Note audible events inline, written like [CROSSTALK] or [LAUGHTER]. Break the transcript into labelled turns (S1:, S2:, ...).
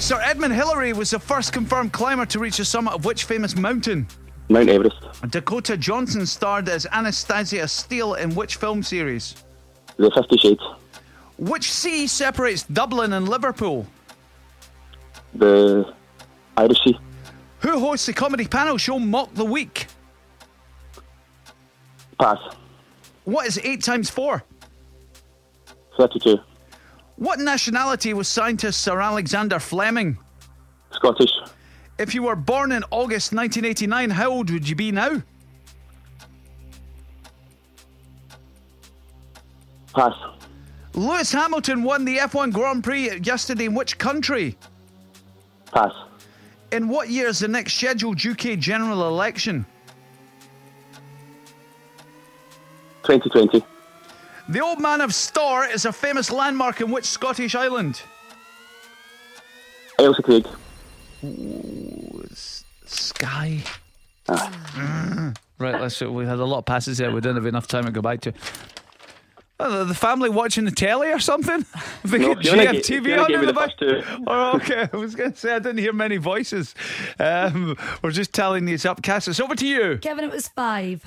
S1: Sir Edmund Hillary was the first confirmed climber to reach the summit of which famous mountain?
S2: Mount Everest.
S1: Dakota Johnson starred as Anastasia Steele in which film series?
S2: The Fifty Shades.
S1: Which sea separates Dublin and Liverpool?
S2: The Irish Sea.
S1: Who hosts the comedy panel show Mock the Week?
S2: Pass.
S1: What is 8 times 4?
S2: 32.
S1: What nationality was scientist Sir Alexander Fleming?
S2: Scottish.
S1: If you were born in August 1989, how old would you be now?
S2: Pass.
S1: Lewis Hamilton won the F1 Grand Prix yesterday in which country?
S2: Pass.
S1: In what year is the next scheduled UK general election?
S2: 2020.
S1: The Old Man of Storr is a famous landmark in which Scottish island?
S2: Ailsa Craig.
S1: Sky. right, let's. We had a lot of passes there. We didn't have enough time to go back to. Oh, the- the family watching the telly or something? [LAUGHS] They
S2: No,
S1: got
S2: Fiona ga-
S1: GFTV
S2: Fiona
S1: on
S2: gave
S1: in
S2: me
S1: the
S2: the
S1: back.
S2: first two.
S1: Oh, okay. I was going to say I didn't hear many voices. Um, we're just telling these up. Cass, it's over to you.
S3: Kevin, it was five.